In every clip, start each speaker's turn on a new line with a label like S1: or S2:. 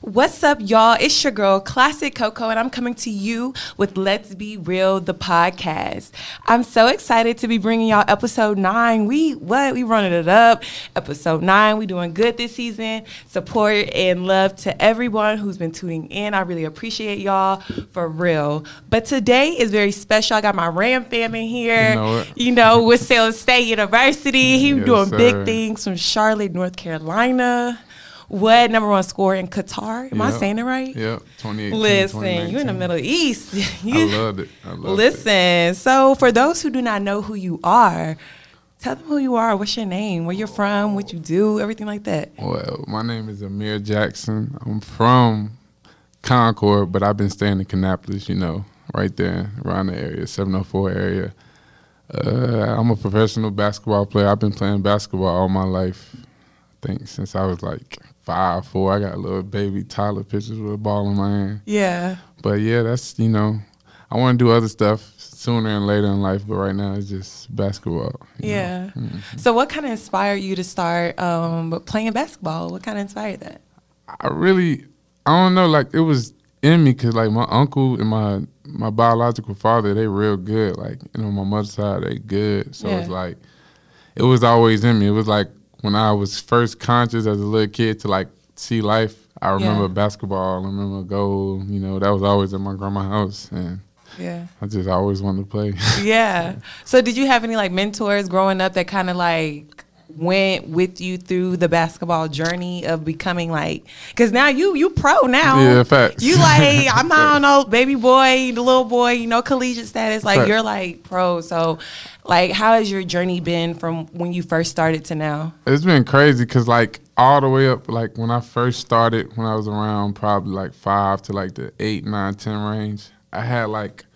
S1: What's up, y'all? It's your girl, Classic Coco, and I'm coming to you with Let's Be Real, the podcast. I'm so excited to be bringing y'all episode nine. We what? We running it up. Episode nine. We doing good this season. Support and love to everyone who's been tuning in. I really appreciate y'all for real. But today is very special. I got my Ram fam in here.
S2: You know it.
S1: You know, with Salem State University. He
S2: Yes,
S1: doing big
S2: sir.
S1: things from Charlotte, North Carolina. What number one score in Qatar? Am I
S2: Yep.
S1: saying it right?
S2: Yep. 2018.
S1: Listen, you in the
S2: 2019.
S1: Middle East.
S2: I
S1: You-
S2: loved it. I loved it.
S1: Listen, so for those who do not know who you are, tell them who you are, what's your name, where you're from, what you do, everything like that.
S2: Well, my name is Amir Jackson. I'm from Concord, but I've been staying in Kannapolis, you know, right there around the area, 704 area. Uh, I'm a professional basketball player. I've been playing basketball all my life. I think since I was like five, four. I got little baby Tyler pictures with a ball in my hand.
S1: Yeah.
S2: But yeah, that's you know, I want to do other stuff sooner and later in life, but right now it's just basketball. you know.
S1: Yeah.
S2: Mm-hmm.
S1: So, what kind of inspired you to start um, playing basketball? What kind of inspired that?
S2: I really, I don't know. Like it was in me because like my uncle and my my biological father, they real good. Like you know, my mother's side, they good. So it's
S1: Yeah.
S2: like it was always in me. It was like when I was first conscious as a little kid to like see life. I remember
S1: Yeah.
S2: basketball. I remember goal. You know, that was always in my grandma's house, and
S1: Yeah.
S2: I just always wanted to play.
S1: yeah. So did you have any like mentors growing up that kind of like went with you through the basketball journey of becoming like because now you you pro now
S2: Yeah, facts.
S1: you like I'm I don't know baby boy the little boy you know collegiate status like
S2: Facts.
S1: you're like pro so like how has your journey been from when you first started to now
S2: It's been crazy because like all the way up, like when I first started, when I was around probably like five to like the eight, nine, ten range, I had like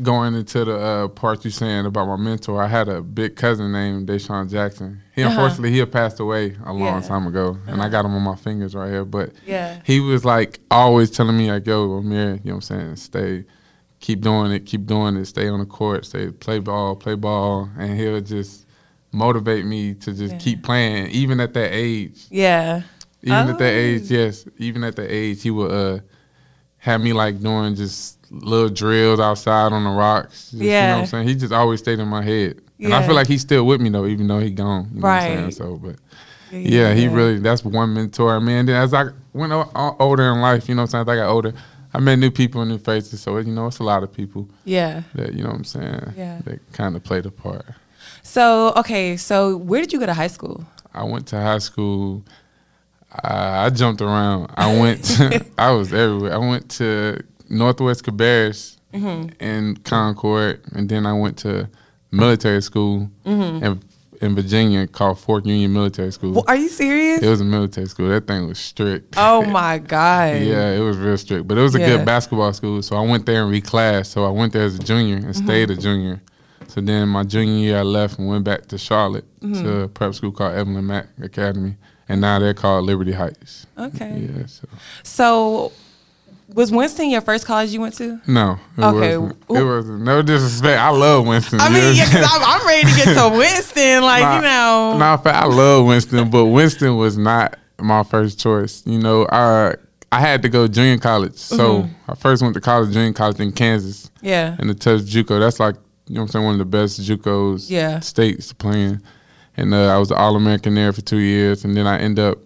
S2: going into the uh, part you saying about my mentor. I had a big cousin named Deshaun Jackson. He unfortunately he had passed away a long
S1: Uh-huh. Yeah. Uh-huh.
S2: time ago, and I got him on my fingers right here. But
S1: Yeah.
S2: he was like always telling me like, "Yo, Amir, you know what I'm saying? Stay." Keep doing it, keep doing it, stay on the court, stay play ball, play ball, and he'll just motivate me to just
S1: Yeah.
S2: keep playing, even at that age.
S1: yeah
S2: Even at that
S1: Oh.
S2: age, yes. Even at that age, he would uh, have me like doing just little drills outside on the rocks. Just, You know what
S1: Yeah.
S2: I'm saying? He just always stayed in my head. And I
S1: Yeah.
S2: feel like he's still with me though, even though he gone. You know what I'm
S1: Right.
S2: saying? So, but yeah, he really, that's one mentor. I mean, and then as I went o- o- older in life, you know what I'm saying? As I got older, I met new people and new faces. So, you know, it's a lot of people
S1: yeah
S2: that, you know what I'm saying?
S1: Yeah.
S2: That kind of played a part.
S1: so okay so where did you go to high school
S2: I went to high school. I, I jumped around. I went. To, I was everywhere. I went to Northwest Cabarrus
S1: Mm-hmm.
S2: in Concord, and then I went to military school
S1: Mm-hmm.
S2: in, in Virginia called Fork Union Military School.
S1: Well, are you serious
S2: It was a military school. That thing was strict.
S1: oh my god
S2: Yeah, it was real strict, but it was a
S1: Yeah.
S2: good basketball school. So I went there and reclassed. So I went there as a junior and
S1: Mm-hmm.
S2: stayed a junior. So then my junior year, I left and went back to Charlotte
S1: Mm-hmm.
S2: to a prep school called Evelyn Mack Academy, and now they're called Liberty Heights.
S1: okay
S2: Yeah. So
S1: So, was Winston your first college you went to?
S2: no, it
S1: Okay,
S2: wasn't.
S1: wh-
S2: It wasn't. No disrespect. I love Winston.
S1: I
S2: you know
S1: mean,
S2: what
S1: yeah,
S2: I'm
S1: because I'm, I'm ready to get to Winston. Like, you
S2: Nah,
S1: know.
S2: Nah, fa- I love Winston, but Winston was not my first choice. You know, I I had to go junior college, so
S1: Mm-hmm.
S2: I first went to college, junior college in Kansas.
S1: Yeah.
S2: and the touch JUCO. That's like you know what I'm saying, one of the best JUCOs
S1: Yeah.
S2: states playing. And uh, I was an All American there for two years, and then I end up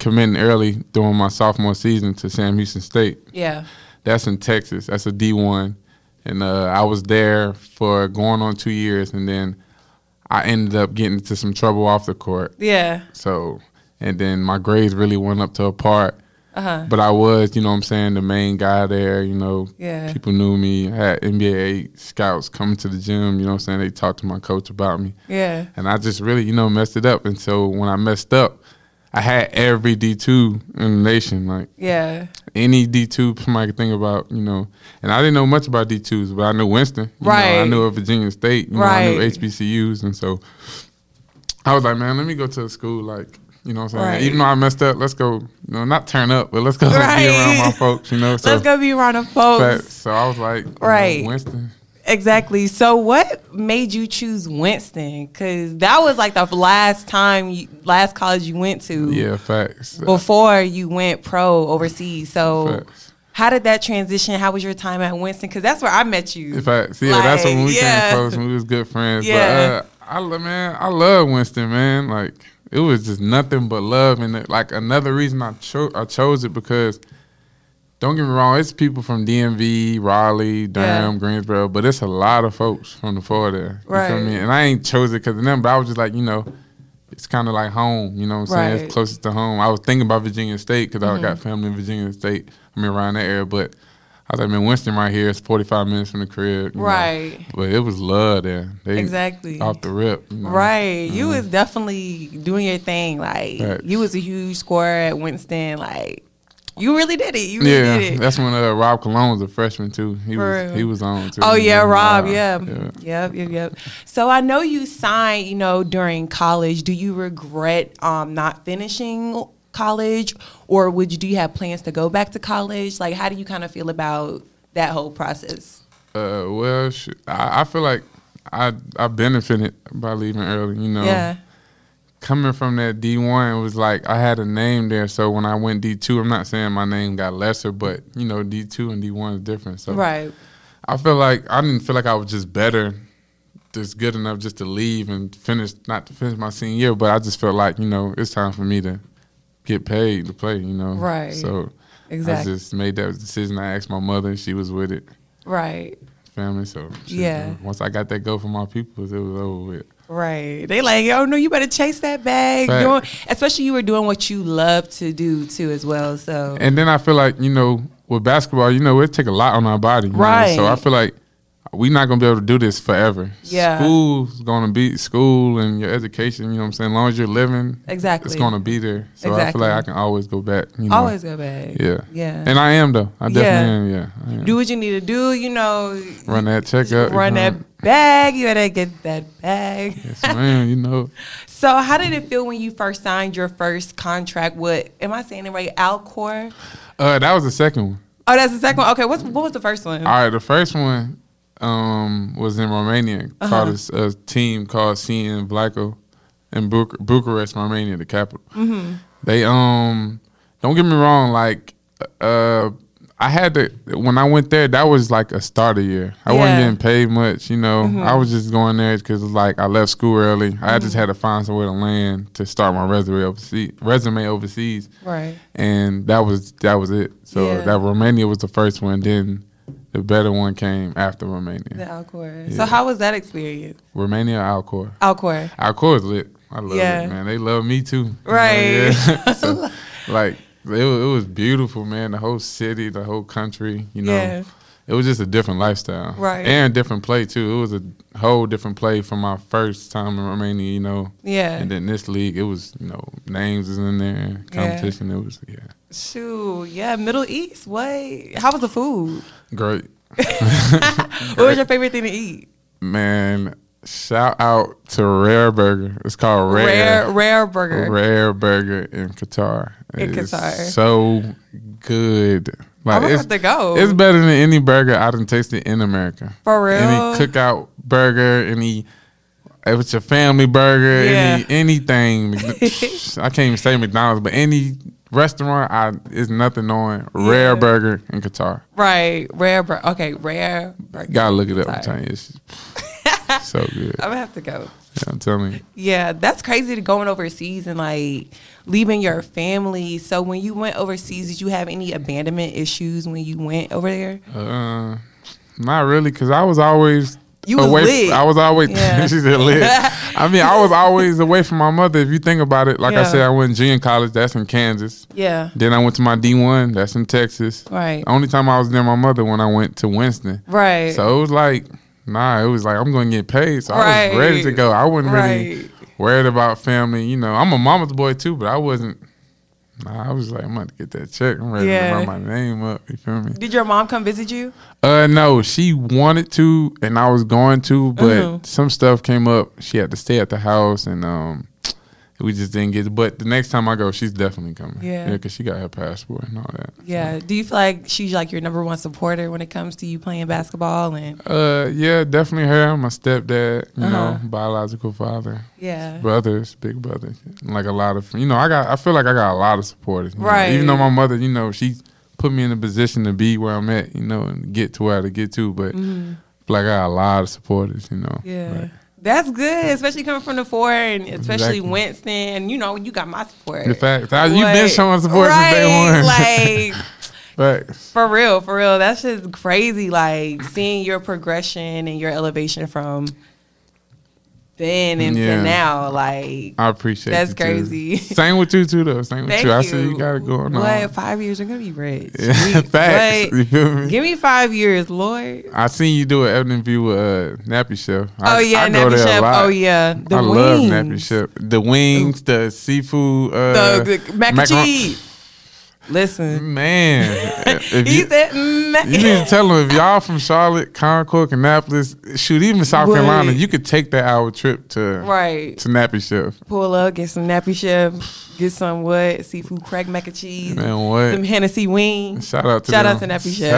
S2: committing early during my sophomore season to Sam Houston State.
S1: Yeah.
S2: That's in Texas. That's a D one, and uh, I was there for going on two years, and then I ended up getting into some trouble off the court.
S1: Yeah.
S2: So, and then my grades really went up to a part.
S1: Uh-huh.
S2: But I was, you know what I'm saying, the main guy there, you know.
S1: Yeah.
S2: People knew me. I had NBA scouts coming to the gym, you know what I'm saying? They talked to my coach about me.
S1: Yeah.
S2: And I just really, you know, messed it up. And so when I messed up, I had every D2 in the nation, like
S1: Yeah.
S2: any D2 somebody could think about, you know. And I didn't know much about D2s, but I knew Winston. You know, I
S1: Right.
S2: knew of Virginia State. You know, I knew
S1: Right.
S2: HBCUs. And so I was like, man, let me go to a school like, you know what I'm saying?
S1: Right.
S2: Even though I messed up, let's go, you know, not turn up, but let's go be
S1: Right.
S2: around my folks, you know. So,
S1: Let's go be around the folks.
S2: facts. so I was like, you know,
S1: Right.
S2: Winston.
S1: Exactly. So, what made you choose Winston? Because that was like the last time, you, last college you went to
S2: Yeah, facts.
S1: before you went pro overseas. So,
S2: Facts.
S1: how did that transition? How was your time at Winston? Because that's where I met you.
S2: Facts. Yeah, that's when
S1: Like,
S2: we
S1: yeah.
S2: came close and we was good friends.
S1: Yeah.
S2: But uh, I love man, I love Winston, man. Like it was just nothing but love and it- like another reason I chose I chose it because don't get me wrong, it's people from DMV, Raleigh, Durham, Greensboro, but it's a lot of folks from the far there. You feel
S1: Right.
S2: me? And I ain't chose it because of them, but I was just like, you know, it's kind of like home. You know what I'm saying?
S1: Right. Mm-hmm.
S2: It's closest to home. I was thinking about Virginia State because I got family in Virginia State. I mean, around that area, but I was like, man, Winston right here is 45 minutes from the crib. you know.
S1: Right.
S2: But it was love there. They,
S1: Exactly.
S2: Off the rip. you know.
S1: Right. You was definitely doing your thing. Like
S2: Mm-hmm. Facts.
S1: you was a huge scorer at Winston. Like you really did it. You really
S2: Yeah,
S1: did it.
S2: that's when uh, Rob Cologne was a freshman too. He
S1: For
S2: was
S1: real.
S2: he was on too.
S1: Oh yeah,
S2: Mhm.
S1: Rob. Yeah.
S2: yeah.
S1: Yep. Yep. Yep. So I know you signed. You know, during college, do you regret um, not finishing college, or would you do you have plans to go back to college? Like, how do you kind of feel about that whole process?
S2: Uh, well, sh- I, I feel like I I benefited by leaving early. You know,
S1: Yeah.
S2: coming from that D one, it was like I had a name there. So when I went D two, I'm not saying my name got lesser, but you know, D two and D one is different. So
S1: Right.
S2: I feel like I didn't feel like I was just better, just good enough just to leave and finish not to finish my senior year, but I just felt like you know it's time for me to get paid to play. You know,
S1: Right.
S2: So
S1: Exactly.
S2: I just made that decision. I asked my mother, and she was with it.
S1: Right.
S2: Family, so she-
S1: Yeah.
S2: Once I got that go for my people, it was over with.
S1: Right. They like, oh no, you better chase that bag.
S2: Fact.
S1: Doing, especially you were doing what you love to do too as well. So
S2: And then I feel like you know with basketball, you know it take a lot on our body, you know?
S1: Right.
S2: So I feel like we're not gonna be able to do this forever.
S1: Yeah.
S2: school's gonna be school and your education. You know what I'm saying? As long as you're living,
S1: Exactly.
S2: it's gonna be there. So I feel
S1: Exactly.
S2: like I can always go back. You know?
S1: always go back.
S2: Yeah.
S1: Yeah.
S2: And I am though. I
S1: Yeah.
S2: definitely am. Yeah. I am.
S1: do what you need to do, you know.
S2: Run that checkup. you
S1: Run
S2: know?
S1: that bag. You better get that bag.
S2: Yes, man. You know.
S1: So how did it feel when you first signed your first contract with am I saying it right? Alcor?
S2: Uh, that was the second one.
S1: Oh, that's the second one. Okay, what's what was the first one?
S2: All right, the first one um, was in Romania. Called a s- a, team called CN Vlaco in Buc- Bucharest, Romania, the capital. They um, don't get me wrong. Like, uh, I had to when I went there. That was like a starter year. I
S1: Yeah.
S2: wasn't getting paid much. You know, I was just going there because like I left school early. I just had to find somewhere to land to start my resume overseas. Resume overseas
S1: Right.
S2: and that was that was it. So
S1: Yeah.
S2: that Romania was the first one. Then the better one came after Romania.
S1: The Alcor. So
S2: Yeah.
S1: how was that experience?
S2: Romania Alcor.
S1: Alcor.
S2: Alcor is lit. I love
S1: Yeah.
S2: it, man. They love me too. You know,
S1: Right.
S2: yeah. So, like it was, it was beautiful, man. The whole city, the whole country. You know,
S1: Yeah.
S2: it was just a different lifestyle,
S1: Right.
S2: And different play too. It was a whole different play from my first time in Romania. You know.
S1: Yeah.
S2: And then this league, it was you know names is in there, competition. It was yeah,
S1: Shoot, yeah, Middle East. What? How was the food?
S2: great.
S1: What was your favorite thing to eat?
S2: Man, shout out to Rare Burger. It's called
S1: Rare,
S2: Rare
S1: rare burger.
S2: Rare Burger in Qatar.
S1: In
S2: It's
S1: Qatar.
S2: so good. Like
S1: I'm
S2: it's,
S1: about to go.
S2: it's better than any burger I done tasted in America.
S1: For
S2: Any
S1: real?
S2: cookout burger, any if it's your family burger,
S1: Yeah.
S2: any anything. I can't even say McDonald's, but any restaurant, I it's nothing on
S1: Yeah.
S2: Rare Burger in Qatar.
S1: right, rare burger. Okay, rare burger.
S2: Gotta look it up.
S1: Sorry.
S2: I'm telling you, it's so good.
S1: I'm gonna have to go.
S2: Yeah, I'm telling you.
S1: Yeah, that's crazy to going overseas and like leaving your family. So when you went overseas, did you have any abandonment issues when you went over there?
S2: Uh, not really, cause I was always
S1: You was
S2: away.
S1: lit.
S2: Oh, I was always
S1: Yeah.
S2: she said lit. I mean, I was always away from my mother. If you think about it, like I
S1: Yeah.
S2: said, I went to in college. That's in Kansas.
S1: Yeah.
S2: Then I went to my D one. That's in Texas.
S1: Right.
S2: Only time I was near my mother when I went to Winston.
S1: Right.
S2: Oh, So it was like, nah, it was like I'm going to get paid. So I
S1: Right.
S2: was ready to go. I wasn't
S1: Right.
S2: really worried about family. You know, I'm a mama's boy too, but I wasn't. Nah, I was like, I'm about to get that check. I'm ready
S1: Yeah.
S2: to run my name up. You feel me?
S1: did your mom come visit you?
S2: Uh, no, she wanted to, and I was going to, but
S1: Uh-huh.
S2: some stuff came up. She had to stay at the house, and um, We just didn't get it. But the next time I go, she's definitely coming.
S1: Yeah.
S2: because she got her passport and all that.
S1: Yeah. Do you feel like she's like your number one supporter when it comes to you playing basketball and
S2: Uh, yeah, definitely her. My stepdad, you
S1: Uh-huh.
S2: know, biological father,
S1: yeah.
S2: brothers, big brother, like a lot of, you know, I got, I feel like I got a lot of supporters. you know.
S1: Right.
S2: Even though my mother, you know, she put me in a position to be where I'm at, you know, and get to where I had to get to, but like I got a lot of supporters, you know.
S1: Mm-hmm. Yeah.
S2: Like,
S1: That's good, especially coming from the four and especially
S2: Exactly.
S1: Winston. You know, you got my support.
S2: in fact, I, you've been
S1: Like,
S2: showing support since day
S1: right?
S2: one.
S1: Like
S2: But
S1: for real, for real. That's just crazy. Like seeing your progression and your elevation from then and
S2: Yeah.
S1: to now. Like
S2: I appreciate
S1: That's
S2: you, too.
S1: crazy.
S2: Same with you too, though. Same with
S1: thank
S2: you.
S1: you.
S2: I see you got it going
S1: what,
S2: on.
S1: five years I'm gonna be rich.
S2: Yeah,
S1: We-
S2: facts.
S1: what?
S2: You feel me?
S1: Give me five years, Lord.
S2: I seen you do an interview with uh, Nappy Chef. I,
S1: oh yeah,
S2: I go
S1: Nappy
S2: there a
S1: Chef.
S2: lot.
S1: Oh yeah, the
S2: I
S1: wings.
S2: love Nappy Chef. The wings, the seafood, uh,
S1: The, the mac and Mm,
S2: macaron-
S1: cheese. Listen,
S2: Man, if
S1: he
S2: you,
S1: said mac.
S2: you need to tell them if y'all from Charlotte, Concord, Annapolis, shoot, even South
S1: Right.
S2: Carolina, you could take that hour trip to
S1: right.
S2: to Nappy Chef.
S1: Pull up, get some Nappy Chef, get some what seafood crack mac and cheese,
S2: Man, what?
S1: some Hennessy wings.
S2: Shout out to
S1: Shout
S2: them.
S1: out to Nappy Chef.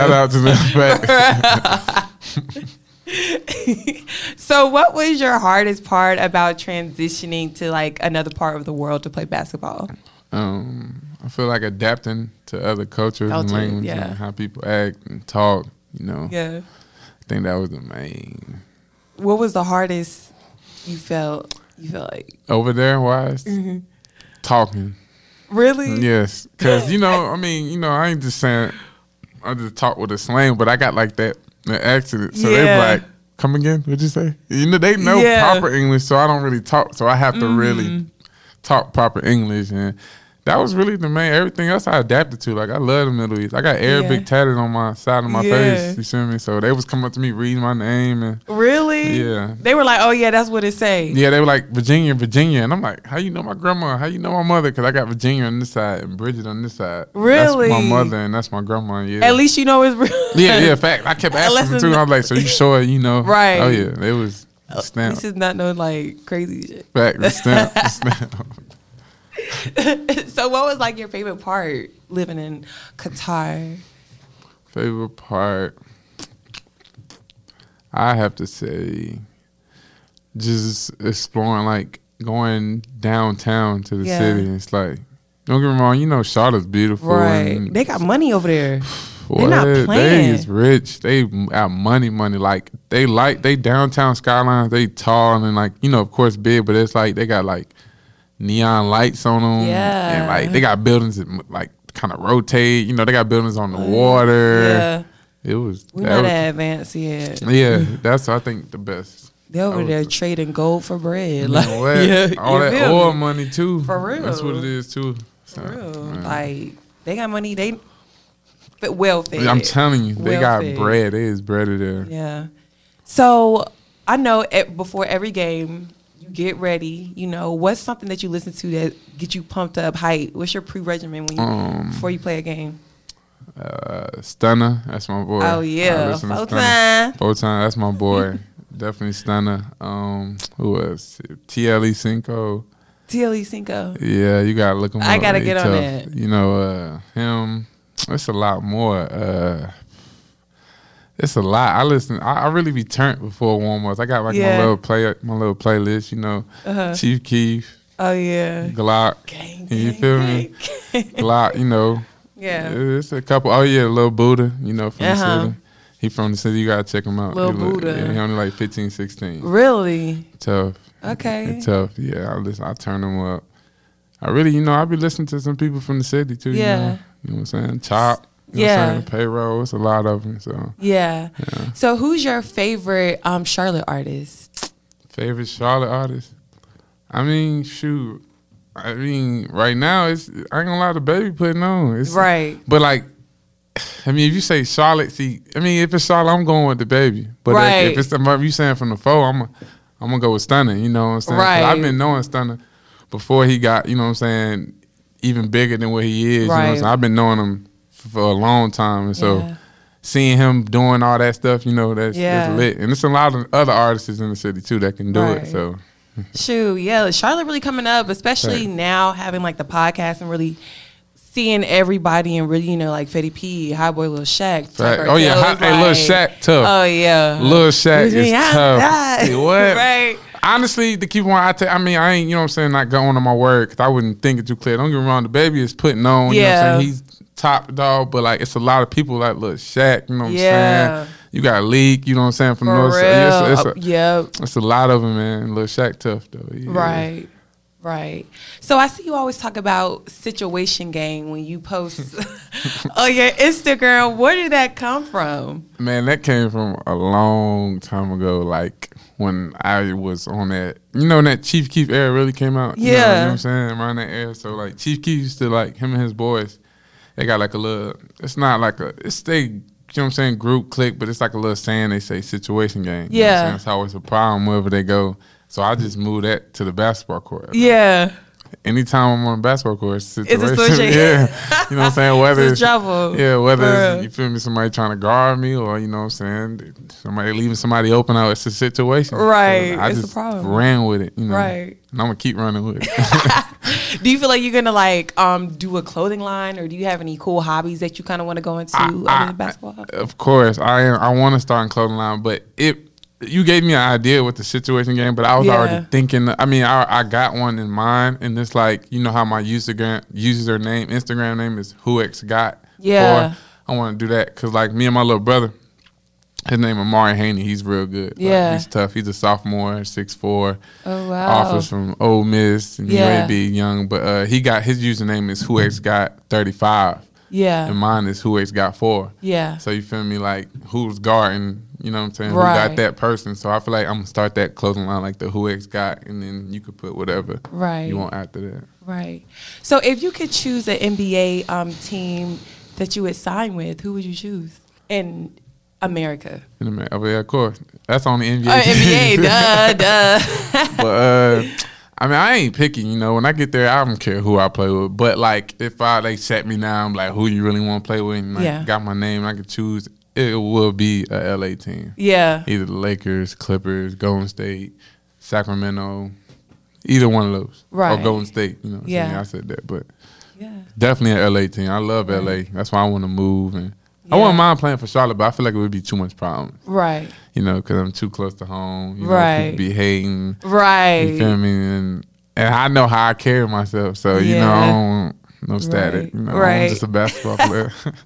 S2: Shout out to them. Facts.
S1: so, what was your hardest part about transitioning to like another part of the world to play basketball?
S2: um, I feel like adapting to other cultures
S1: Cultures,
S2: and languages
S1: yeah.
S2: and how people act and talk. You know,
S1: Yeah.
S2: I think that was the main
S1: What was the hardest you felt? You felt like
S2: over there wise
S1: Mm-hmm.
S2: talking.
S1: really?
S2: Yes, because you know, I mean, you know, I ain't just saying I just talk with a slang, but I got like that an accident, so
S1: Yeah.
S2: they be like, "Come again? What'd you say?" You know, they know
S1: Yeah. Mm-hmm.
S2: proper English, so I don't really talk, so I have to really talk proper English, and that was really the main. Everything else I adapted to. Like I love the Middle East. I got Arabic
S1: Yeah.
S2: tatted on my side of my
S1: Yeah.
S2: face. You see me? So they was coming up to me reading my name and.
S1: Really?
S2: Yeah.
S1: They were like, "Oh yeah, that's what it say."
S2: Yeah, they were like Virginia, Virginia, and I'm like, how you know my grandma? How you know my mother? Because I got Virginia on this side and Bridget on this side.
S1: Really?
S2: that's my mother and that's my grandma. Yeah,
S1: At least you know it's real.
S2: yeah, yeah. Fact, I kept asking them
S1: Listen-
S2: too. I was like, so you sure you know?
S1: Right.
S2: Oh yeah, it was
S1: This
S2: stamp.
S1: is not no like crazy shit.
S2: Fact, the stamp, the stamp.
S1: so, what was like your favorite part living in Qatar?
S2: Favorite part, I have to say, just exploring, like going downtown to the
S1: Yeah.
S2: city. It's like, don't get me wrong, you know Charlotte's beautiful,
S1: Right,
S2: and
S1: they got money over there.
S2: Boy,
S1: not
S2: They
S1: playing.
S2: is rich. They got money, money. Like they like they downtown skylines. They tall and like you know, of course, big. But it's like they got like neon lights on them.
S1: Yeah.
S2: and like they got buildings that like kind of rotate. You know, they got buildings on the water.
S1: Oh, Yeah,
S2: It was.
S1: we're
S2: that
S1: not
S2: was-
S1: at advanced yet.
S2: yeah, that's I think the best.
S1: They over
S2: was
S1: there
S2: the-
S1: trading gold for bread.
S2: You
S1: Like,
S2: know what?
S1: yeah,
S2: all
S1: you
S2: that
S1: feel
S2: oil
S1: me?
S2: money too.
S1: For real.
S2: that's what it is too. So,
S1: For real.
S2: man.
S1: Like, they got money. They fit well fed.
S2: I'm telling you, they
S1: Well
S2: got
S1: fed.
S2: bread. It is bread there.
S1: Yeah. So I know at, before every game, you get ready. You know, what's something that you listen to that get you pumped up, hype? What's your pre regimen when you
S2: Um,
S1: before you play a game?
S2: Uh, Stunner, that's my boy.
S1: Oh
S2: I
S1: yeah,
S2: listen to
S1: full
S2: Stunna.
S1: time.
S2: Full time, that's my boy. Definitely Stunner. Um, who else? TLE Cinco.
S1: TLE E Cinco.
S2: Yeah, you gotta look him
S1: I
S2: up.
S1: gotta
S2: He
S1: get on
S2: tough.
S1: that.
S2: You know, uh, him. It's a lot more. Uh, it's a lot. I listen. I, I really be turned before warm ups. I got like
S1: Yeah.
S2: my little play, my little playlist. You know,
S1: Uh-huh.
S2: Chief Keef,
S1: Oh yeah.
S2: Glock,
S1: Gang,
S2: You
S1: gang,
S2: feel me?
S1: gang.
S2: Glock. You know,
S1: yeah.
S2: It's a couple. Oh yeah, little Buddha. You know from
S1: Uh-huh.
S2: the city. He from the city. You gotta check him out.
S1: Lil
S2: He look-
S1: Buddha.
S2: yeah, he only like 15, 16.
S1: Really?
S2: Tough.
S1: Okay.
S2: He tough. Yeah. I listen. I turn him up. I really, you know, I be listening to some people from the city too.
S1: Yeah.
S2: You know, you know what I'm saying? Chop. You Know what
S1: Yeah.
S2: I'm saying? The payroll. It's a lot of them. So
S1: Yeah. So who's your favorite um, Charlotte artist?
S2: favorite Charlotte artist. I mean, shoot. I mean, right now it's I ain't gonna lie. The baby putting on. It's
S1: Right.
S2: But like, I mean, if you say Charlotte, see, I mean, if it's Charlotte, I'm going with the baby. But if- if,
S1: Right.
S2: it's the mother you saying from the foe, I'm i I'm gonna go with Stunner. You know what I'm saying? 'Cause
S1: Right.
S2: I've been knowing Stunner before he got, you know what I'm saying, even bigger than what he is. You know what I'm
S1: Right.
S2: saying? I've been knowing him f- for a long time, and so.
S1: Yeah.
S2: Seeing him doing all that stuff, you know, that's,
S1: Yeah.
S2: that's lit. And it's a lot of other artists in the city too that can do
S1: Right.
S2: it. So
S1: Shoot, yeah, Charlotte really coming up, especially
S2: Right.
S1: now having like the podcast and really seeing everybody and really you know like Fetty P, High Boy, Lil Shaq.
S2: Right.
S1: Tucker,
S2: Oh yeah,
S1: Dale
S2: Hi-
S1: is
S2: hey, Lil
S1: like-
S2: Shaq tough.
S1: Oh yeah,
S2: Lil Shaq is
S1: Yeah,
S2: tough.
S1: that.
S2: Hey, what?
S1: Ah. Right.
S2: Honestly, to keep on, I ta- I mean, I ain't, you know what I'm saying, not going on my word 'cause I wouldn't think it too clear. Don't get me wrong, the baby is putting on, you know what
S1: Yeah.
S2: I'm saying? He's top dog, but like, it's a lot of people like Lil Shaq, you know what
S1: Yeah.
S2: I'm saying? You got Leak, you know what I'm saying, from
S1: for
S2: North
S1: real.
S2: Side. It's, a-
S1: Oh,
S2: it's, a,
S1: yep.
S2: it's a lot of them, man. Lil Shaq tough, though. Yeah.
S1: Right. Right. So I see you always talk about situation game when you post on your Instagram. Where did that come from?
S2: Man, that came from a long time ago. Like when I was on that, you know, when that Chief Keef era really came out. you know- you know,
S1: Yeah.
S2: what I'm saying around that era. So like Chief Keef used to like him and his boys. They got like a little. It's not like a. It's they. You know what I'm saying? Group click, but it's like a little saying they say situation game. You know what
S1: Yeah.
S2: I'm saying? It's always a problem wherever they go. So I just moved that to the basketball court.
S1: Yeah.
S2: Anytime I'm on a basketball court, it's a
S1: It's a
S2: situation.
S1: situation.
S2: yeah. You know what I'm saying? Whether
S1: It's trouble.
S2: yeah,
S1: For
S2: whether
S1: real.
S2: it's, you feel me, somebody trying to guard me, or you know what I'm saying, somebody leaving somebody open out, it's a situation. So
S1: Right,
S2: I
S1: it's a
S2: just
S1: problem.
S2: ran with it, you know.
S1: Right.
S2: And I'm gonna keep running with it.
S1: Do you feel like you're gonna like um do a clothing line or do you have any cool hobbies that you kinda wanna go into
S2: I- uh,
S1: other
S2: I-
S1: than basketball?
S2: of course, I am, I want to start in clothing line, but it you gave me an idea with the situation game, but I was
S1: Yeah.
S2: already thinking. I mean, I I got one in mind, and it's like you know how my Instagram username Instagram name is whox got.
S1: Yeah.
S2: I want to do that because like me and my little brother, his name Amari Haney. He's real good. Like,
S1: Yeah.
S2: he's tough. He's a sophomore, six four.
S1: Oh, wow.
S2: Offers from Ole Miss and
S1: Yeah.
S2: UAB, young, but uh, he got his username is whox got thirty five and
S1: Yeah.
S2: mine is who it's got for.
S1: Yeah.
S2: So you feel me? Like who's guarding? You know what I'm saying? Who
S1: Right.
S2: got that person? So I feel like I'm gonna start that closing line like the who it's got, and then you could put whatever
S1: Right.
S2: you want after that.
S1: Right. So if you could choose an NBA um team that you would sign with, who would you choose? In America.
S2: In a minute. Oh, yeah, of course. That's on the NBA.
S1: Or NBA, duh, duh.
S2: but uh, I mean, I ain't picking. You know, when I get there, I don't care who I play with. But like, if I they sat me down, like who you really want to play with, and like,
S1: Yeah.
S2: got my name, I could choose. It will be a LA team.
S1: yeah.
S2: either the Lakers, Clippers, Golden State, Sacramento, either one of those.
S1: Right.
S2: Or Golden State, you know. what I'm
S1: Yeah.
S2: saying? I said that, but
S1: Yeah.
S2: definitely an LA team. I love LA. That's why I want to move and I
S1: Mm-hmm. Yeah.
S2: wouldn't mind playing for Charlotte, but I feel like it would be too much problem,
S1: Right.
S2: you know, because I'm too close to home. You know,
S1: Right.
S2: People be hating. You
S1: Right.
S2: feel me? And, and I know how I carry myself, so you know,
S1: Yeah.
S2: I don't want no static.
S1: Right.
S2: You know,
S1: Right.
S2: I'm just a basketball player.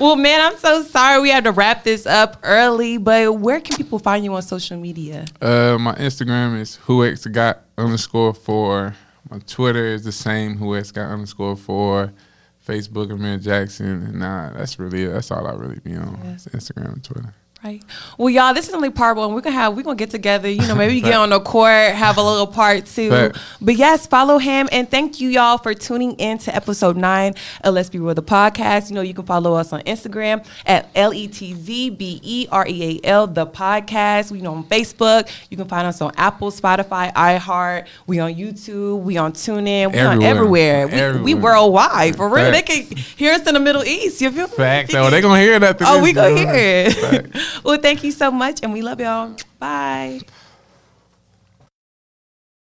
S1: Well, man, I'm so sorry we had to wrap this up early, but where can people find you on social media?
S2: Uh, my Instagram is whox got underscore four. My Twitter is the same whox got underscore four. Facebook Amir Jackson. And nah, that's really it. That's all I really be on.
S1: Yeah.
S2: is Instagram and Twitter.
S1: Right. Well, y'all, this is only part one. We're gonna have we're gonna get together. You know, maybe get on the court, have a little part two.
S2: Fact.
S1: But yes, follow him and thank you y'all for tuning in to episode nine of Let's Be Real the podcast. You know, you can follow us on Instagram at L E T Z B E R E A L the podcast. We on Facebook. You can find us on Apple, Spotify, iHeart. We on YouTube. We on TuneIn. We on
S2: Everywhere.
S1: everywhere. We, we
S2: Everywhere.
S1: worldwide for real.
S2: Fact.
S1: They can hear us in the Middle East. You feel me?
S2: Fact though, they gonna hear that.
S1: Oh, we gonna
S2: going
S1: hear it. well, thank you so much, and we love y'all. Bye.